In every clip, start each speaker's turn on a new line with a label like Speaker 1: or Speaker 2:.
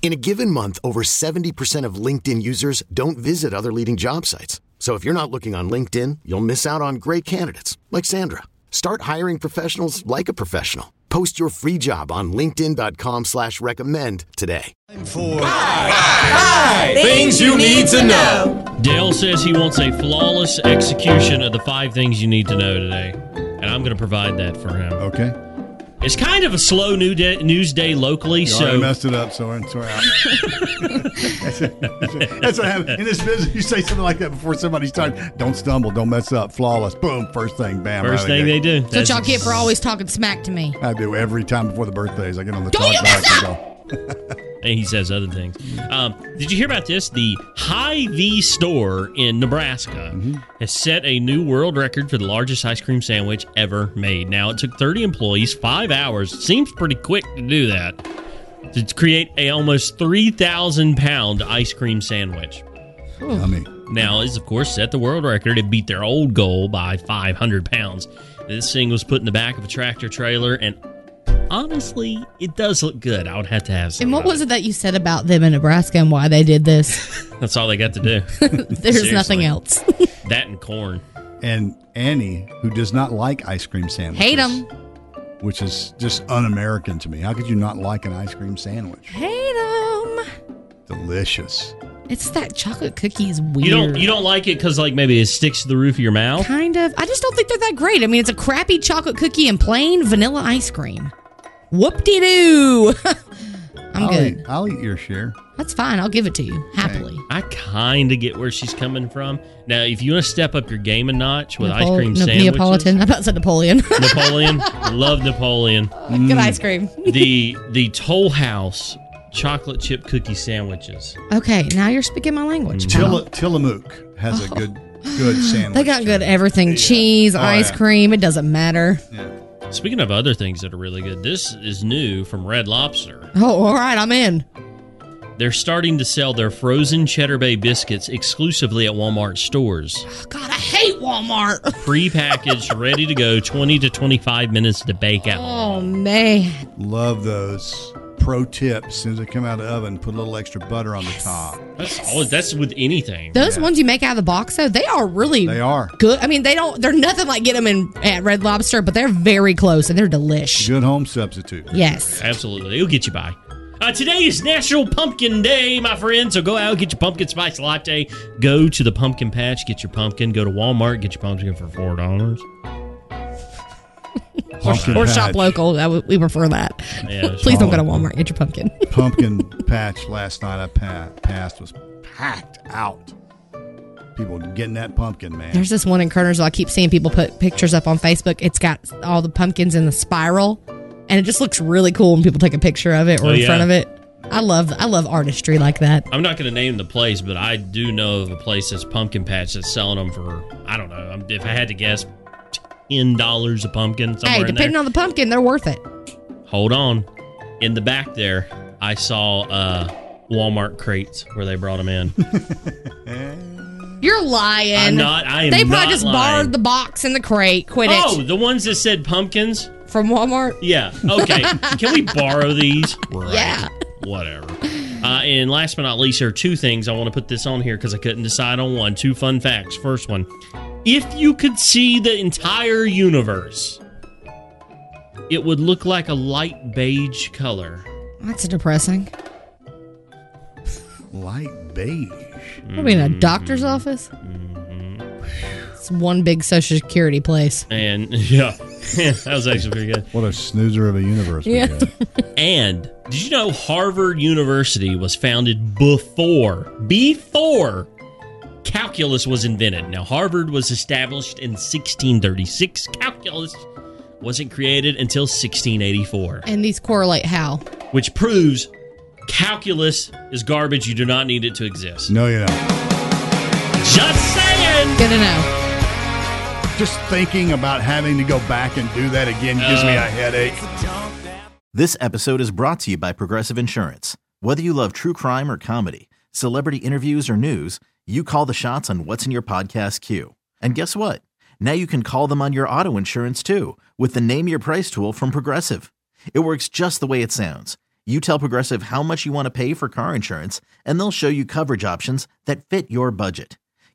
Speaker 1: In a given month, over 70% of LinkedIn users don't visit other leading job sites. So if you're not looking on LinkedIn, you'll miss out on great candidates like Sandra. Start hiring professionals like a professional. Post your free job on linkedin.com slash recommend today.
Speaker 2: Things you need to know.
Speaker 3: Dale says he wants a flawless execution of the five things you need to know today, and I'm going to provide that for him.
Speaker 4: Okay.
Speaker 3: It's kind of a slow new day, news day locally,
Speaker 4: You already
Speaker 3: so
Speaker 4: messed it up, Soren. Sorry. that's, that's what happens in this business. You say something like that before somebody starts. Don't stumble. Don't mess up. Flawless. Boom. First thing. Bam.
Speaker 3: first
Speaker 4: outta
Speaker 3: thing
Speaker 4: here.
Speaker 3: they do.
Speaker 2: That's
Speaker 3: That's
Speaker 2: what y'all get for
Speaker 3: ex-
Speaker 2: always talking smack to me.
Speaker 4: I do every time before the birthdays. I get on the
Speaker 2: Don't
Speaker 4: talk
Speaker 2: you mess
Speaker 4: back and
Speaker 2: up!
Speaker 4: go,
Speaker 3: And he says other things. Um, did you hear about this? The Hy-Vee store in Nebraska
Speaker 4: Mm-hmm.
Speaker 3: has set a new world record for the largest ice cream sandwich ever made. Now it took 30 employees five hours. Seems pretty quick to do that to create a almost 3,000 pound ice cream sandwich.
Speaker 4: Yummy.
Speaker 3: now is of course set the world record and beat their old goal by 500 pounds this thing was put in the back of a tractor trailer and honestly it does look good i would have to have some
Speaker 2: And what
Speaker 3: of it.
Speaker 2: was it that you said about them in Nebraska and why they did this?
Speaker 3: that's all they got to do
Speaker 2: There's nothing
Speaker 3: Seriously.
Speaker 2: else.
Speaker 3: that and corn
Speaker 4: And Annie, who does not like ice cream sandwiches,
Speaker 2: Hate them.
Speaker 4: which is just un-American to me. How could you not like an ice cream sandwich?
Speaker 2: Hate them.
Speaker 4: Delicious.
Speaker 2: It's that chocolate cookie is weird.
Speaker 3: you don't you don't like it because like maybe it sticks to the roof of your mouth
Speaker 2: Kind of. I just don't think they're that great. I mean, it's a crappy chocolate cookie and plain vanilla ice cream. Whoop de doo. I'm
Speaker 3: Oh,
Speaker 4: will Eat,
Speaker 2: good.
Speaker 4: I'll eat your share.
Speaker 2: That's fine. I'll give it to you happily.
Speaker 3: I kind of get where she's coming from. Now, if you want to step up your game a notch with ice
Speaker 2: Napole-
Speaker 3: cream
Speaker 2: no,
Speaker 3: sandwiches,
Speaker 2: Neapolitan. I about said Napoleon.
Speaker 3: Napoleon, love Napoleon.
Speaker 2: Good ice cream.
Speaker 3: the the Toll House chocolate chip cookie sandwiches.
Speaker 2: Okay, now you're speaking my language.
Speaker 4: Tilla, Tillamook has a good, good sandwich.
Speaker 2: Oh. They got good everything cheese,
Speaker 4: Oh,
Speaker 2: ice
Speaker 4: yeah.
Speaker 2: cream. It doesn't matter.
Speaker 3: Speaking of other things that are really good, this is new from Red Lobster.
Speaker 2: Oh, all right, I'm in.
Speaker 3: They're starting to sell their frozen cheddar bay biscuits exclusively at Walmart stores.
Speaker 2: Oh, God, I hate Walmart.
Speaker 3: Pre-packaged, ready to go, 20 to 25 minutes to bake out.
Speaker 2: Oh, man.
Speaker 4: Love those. Pro tip: as soon as they come out of the oven, put a little extra butter on the top.
Speaker 3: That's always that's with anything.
Speaker 2: Those ones you make out of the box, though, they are really
Speaker 4: They are
Speaker 2: good. I mean, they don't, they're nothing like get them in at Red Lobster, but they're very close and they're delish.
Speaker 4: good home substitute.
Speaker 2: Yes.
Speaker 3: Absolutely. It'll get you by. Uh, today is National Pumpkin Day, my friend. So go out, get your pumpkin spice latte. Go to the pumpkin patch, get your pumpkin. Go to Walmart, get your pumpkin for four dollars.
Speaker 4: Pumpkin
Speaker 2: Or
Speaker 4: patch,
Speaker 2: shop local. That w- we prefer that.
Speaker 3: Yeah,
Speaker 2: Please don't go to
Speaker 4: shop
Speaker 2: Walmart. Get your pumpkin.
Speaker 4: Pumpkin patch last night I pa- passed was packed out. People getting that pumpkin, man.
Speaker 2: There's this one in Kernersville. I keep seeing people put pictures up on Facebook. It's got all the pumpkins in the spiral, and it just looks really cool when people take a picture of it or
Speaker 3: Oh,
Speaker 2: in
Speaker 3: yeah.
Speaker 2: front of it. I love I love artistry like that.
Speaker 3: I'm not going to name the place, but I do know of a place that's pumpkin patch that's selling them for I don't know. I'm- If I had to guess, ten dollars a pumpkin. Somewhere
Speaker 2: Hey,
Speaker 3: in
Speaker 2: depending
Speaker 3: there.
Speaker 2: on the pumpkin, they're worth it.
Speaker 3: Hold on. In the back there, I saw uh, Walmart crates where they brought them in.
Speaker 2: You're lying.
Speaker 3: I'm not. I am
Speaker 2: they probably
Speaker 3: not
Speaker 2: just
Speaker 3: lying.
Speaker 2: borrowed the box and the crate. Quit
Speaker 3: Oh,
Speaker 2: it
Speaker 3: the ones that said pumpkins?
Speaker 2: from Walmart.
Speaker 3: Yeah. Okay. Can we borrow these? Right.
Speaker 2: Yeah.
Speaker 3: Whatever. Uh, and last but not least, there are two things I want to put this on here because I couldn't decide on one. Two fun facts. First one if you could see the entire universe, it would look like a light beige color.
Speaker 2: That's depressing.
Speaker 4: Light beige.
Speaker 2: What are we in
Speaker 3: Mm-hmm.
Speaker 2: a doctor's office? It's one big social security place.
Speaker 3: And yeah, that was actually pretty good.
Speaker 4: What a snoozer of a universe. we
Speaker 2: Yeah.
Speaker 4: had.
Speaker 3: And did you know Harvard University was founded before before calculus was invented? Now Harvard was established in 1636. Calculus wasn't created until 1684,
Speaker 2: And these correlate how?
Speaker 3: which proves calculus is garbage. You do not need it to exist.
Speaker 4: No, you don't.
Speaker 3: Just saying.
Speaker 2: Good to know.
Speaker 4: Just thinking about having to go back and do that again gives me a headache.
Speaker 5: This episode is brought to you by Progressive Insurance. Whether you love true crime or comedy, celebrity interviews or news, you call the shots on what's in your podcast queue. And guess what? Now you can call them on your auto insurance too with the Name Your Price tool from Progressive. It works just the way it sounds. You tell Progressive how much you want to pay for car insurance, and they'll show you coverage options that fit your budget.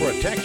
Speaker 6: Protect